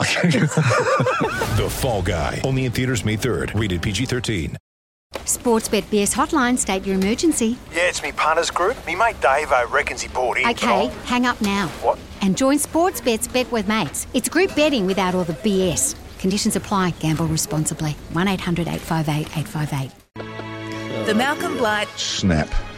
The Fall Guy. Only in theaters May 3rd. Rated PG-13. Sportsbet BS hotline, state your emergency. Yeah, it's me partner's group. Me mate Dave, I reckons he bought in. Okay, hang up now. What? And join Sportsbet's Bet with Mates. It's group betting without all the BS. Conditions apply. Gamble responsibly. 1800 858 858. The Malcolm Blight Snap.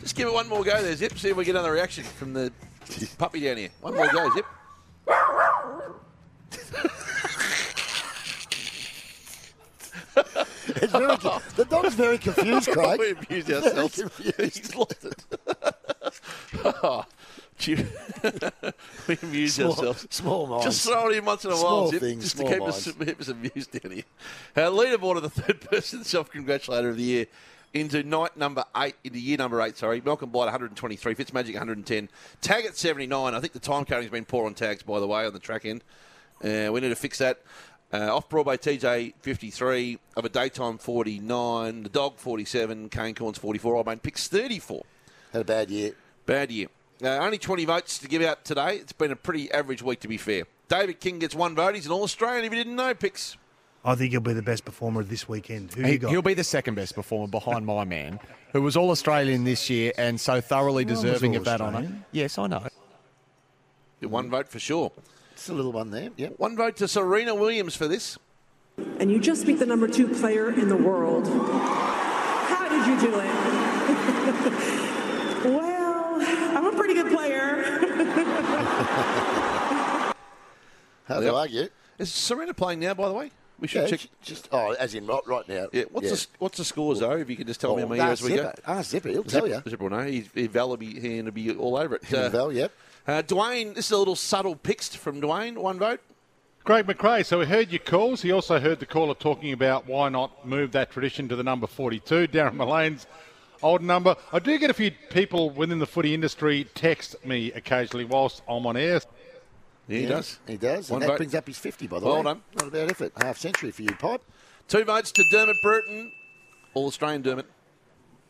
Just give it one more go there, Zip. See if we get another reaction from the puppy down here. One more go, Zip. It's very, the dog's very confused, Craig. we abused ourselves. He's lost it. oh, gee. we amused Small- ourselves. small minds. Just throw it in once in a Small while, Zip, things, just small to keep us, keep us amused down here. Uh, leaderboard of the third person self-congratulator of the year into night number eight, into year number eight, sorry. Malcolm Blight, 123. Fitzmagic, 110. Tag at 79. I think the time counting's been poor on tags, by the way, on the track end. Uh, we need to fix that. Uh, off Broadway, TJ 53, of a daytime 49, the dog 47, Cane Corns 44, I made picks 34. Had a bad year. Bad year. Uh, only 20 votes to give out today. It's been a pretty average week, to be fair. David King gets one vote. He's an All Australian, if you didn't know, picks. I think he'll be the best performer this weekend. Who He, you got? will be the second best performer behind my man, who was all Australian this year and so thoroughly was deserving all of that honour. Australian. Yes, I know. One vote for sure. It's a little one there. Yep. One vote to Serena Williams for this. And you just picked the number two player in the world. How did you do it? well, I'm a pretty good player. Hard Yep. to argue. Is Serena playing now, by the way? We should Yeah, check. just oh, as in right, right now. Yeah, what's, The, what's the scores, though, if you could just tell me Oh, on my ear ask as we go? Zipper. Ask Zipper. He'll Zip, tell you. Zip will know. He's, he- Val will be here and he'll be all over it. Him and Uh, Val, yep. uh, Dwayne, this is a little subtle picks from Dwayne. One vote. Craig McRae, so he heard your calls. He also heard the caller talking about why not move that tradition to the number 42, Darren Mullane's old number. I do get a few people within the footy industry text me occasionally whilst I'm on air. Yeah, he does. He does. One and that vote. brings up his 50, by the Well way. done. Not a bad effort. Half century for you, Pipe. Two votes to Dermot Burton, All Australian Dermot.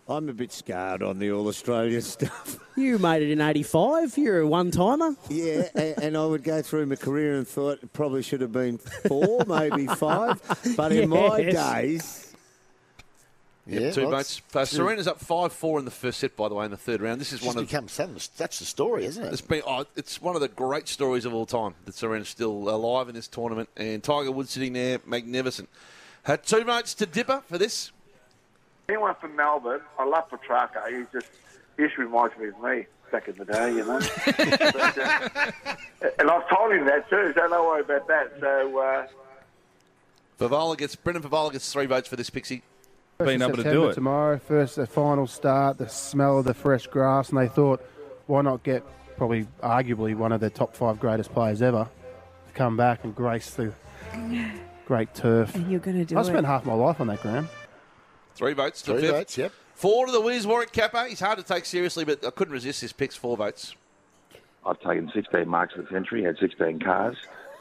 I'm a bit scarred on the All Australia stuff. You made it in 85. You're a one timer. Yeah, and, and I would go through my career and thought it probably should have been four, maybe five. But in my Yes. days, yeah, Two well, votes. Uh, Serena's up five four in the first set, by the way, in the third round. This is It's one of become some, that's the story, isn't it's it? been oh, it's one of the great stories of all time that Serena's still alive in this tournament, and Tiger Woods sitting there, magnificent. Uh, two votes to Dipper for this. Anyone from Melbourne, I love Petrarca. He just, he just reminds me of me back in the day, you know. But, uh, and I've told him that too, so don't worry about that. So, uh, Favola gets Brendan Favola gets three votes for this pixie. Being able to do it. tomorrow, first the final start, the smell of the fresh grass, and they thought, why not get probably arguably one of the top five greatest players ever to come back and grace the great turf. And you're going to do I spent half my life on that ground. Three votes to Three fifth. votes, yep. Four to the Wiz Warwick Kappa. He's hard to take seriously, but I couldn't resist his picks. Four votes. I've taken 16 marks of the century, had 16 cars.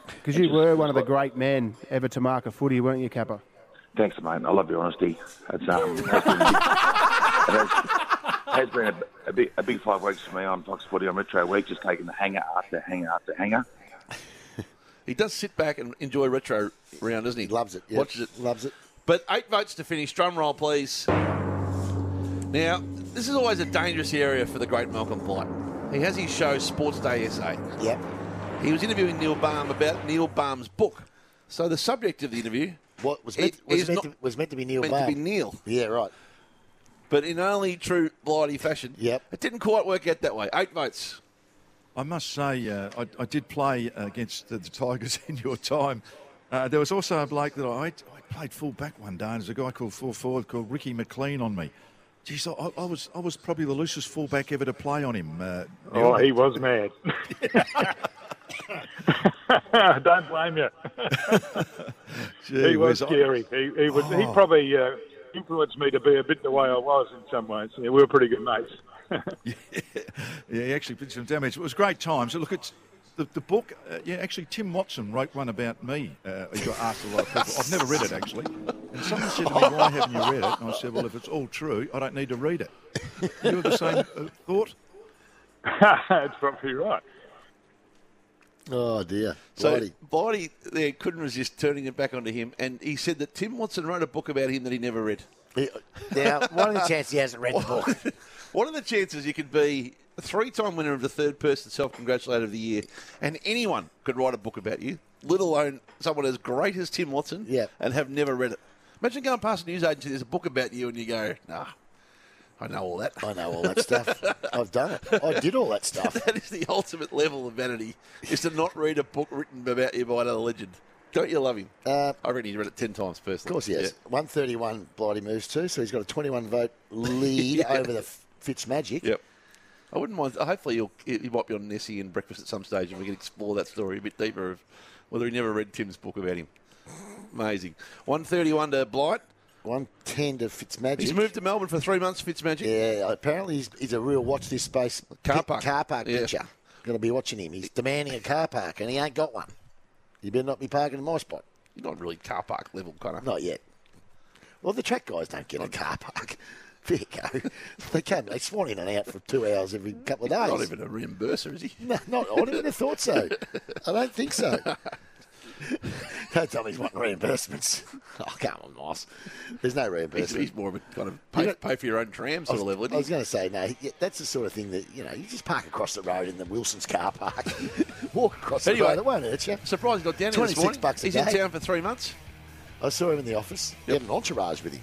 Because you were one of the great men ever to mark a footy, weren't you, Kappa? Thanks, mate. I love your honesty. It's, um, has been, it has, has been a, a, big, a big five weeks for me on Fox Footy on Retro Week, just taking the hanger after hanger after hanger. He does sit back and enjoy retro round, doesn't he? He loves it. Yep. Watches it. Loves it. But eight votes to finish. Drum roll, please. Now, this is always a dangerous area for the great Malcolm Blight. He has his show Sports Day SA. Yep. He was interviewing Neil Baum about Neil Baum's book. So the subject of the interview What was He- meant, was he's meant, not- to, was meant to be Neil meant to be Baum. Neil. Yeah, right. But in only true blighty fashion, yep. it didn't quite work out that way. Eight votes. I must say, uh, I, I did play against the, the Tigers in your time. Uh, there was also a bloke that I, I played full back one day, and there's a guy called full forward called Ricky McLean on me. Geez, I, I was I was probably the loosest fullback ever to play on him. Uh, Oh, Neil. he was mad. Don't blame you. Gee he was whiz, I- scary. He, he was. He Oh. probably uh, influenced me to be a bit the way I was in some ways. Yeah, we were pretty good mates. Yeah, he actually did some damage. It was great times. Look, it's the, the book. Uh, yeah, actually, Tim Watson wrote one about me. Uh, he got asked a lot of people. I've never read it actually. And someone said to me, "Why haven't you read it?" And I said, "Well, if it's all true, I don't need to read it." You were the same uh, thought. That's probably right. Oh dear. So Blighty. Blighty there couldn't resist turning it back onto him, and he said that Tim Watson wrote a book about him that he never read. Now, what are the chances he hasn't read the book? What are the chances you could be a three-time winner of the third-person self-congratulator of the year, and anyone could write a book about you, let alone someone as great as Tim Watson, and have never read it? Imagine going past a news agency, there's a book about you, and you go, nah, I know all that. I know all that stuff. I've done it. I did all that stuff. that is the ultimate level of vanity, is to not read a book written about you by another legend. Don't you love him? I reckon he's read it 10 times personally. Uh, Of course he has. Yeah. 131 Blighty moves too, so he's got a 21 vote lead Yeah. over the Fitz Magic. Yep. I wouldn't mind. Hopefully, you'll, he he might be on Nessie and breakfast at some stage, and we can explore that story a bit deeper of whether he never read Tim's book about him. Amazing. One thirty-one to Blight. One ten to Fitzmagic. He's moved to Melbourne for three months. Fitzmagic. Yeah, apparently he's, he's a real watch this space car park, car park Yeah. picture. Going to be watching him. He's demanding a car park, and he ain't got one. You better not be parking in my spot. You're not really car park level, kind of. Not yet. Well, the track guys don't get a car park. There you go. They come. They swan in and out for two hours every couple of days. Not even a reimburser, is he? No, not, I wouldn't have thought so. I don't think so. Don't tell me he's wanting reimbursements. Oh, come on, Moss. There's no reimbursement. He's, he's more of a kind of pay, pay for your own tram sort of level. I was going to say, no, he- yeah, that's the sort of thing that, you know, you just park across the road in the Wilson's car park. Walk across Anyway, the road, it won't hurt you. Surprised he got down here this 26 morning. bucks a He's day. in town for three months. I saw him in the office. He had an entourage with him.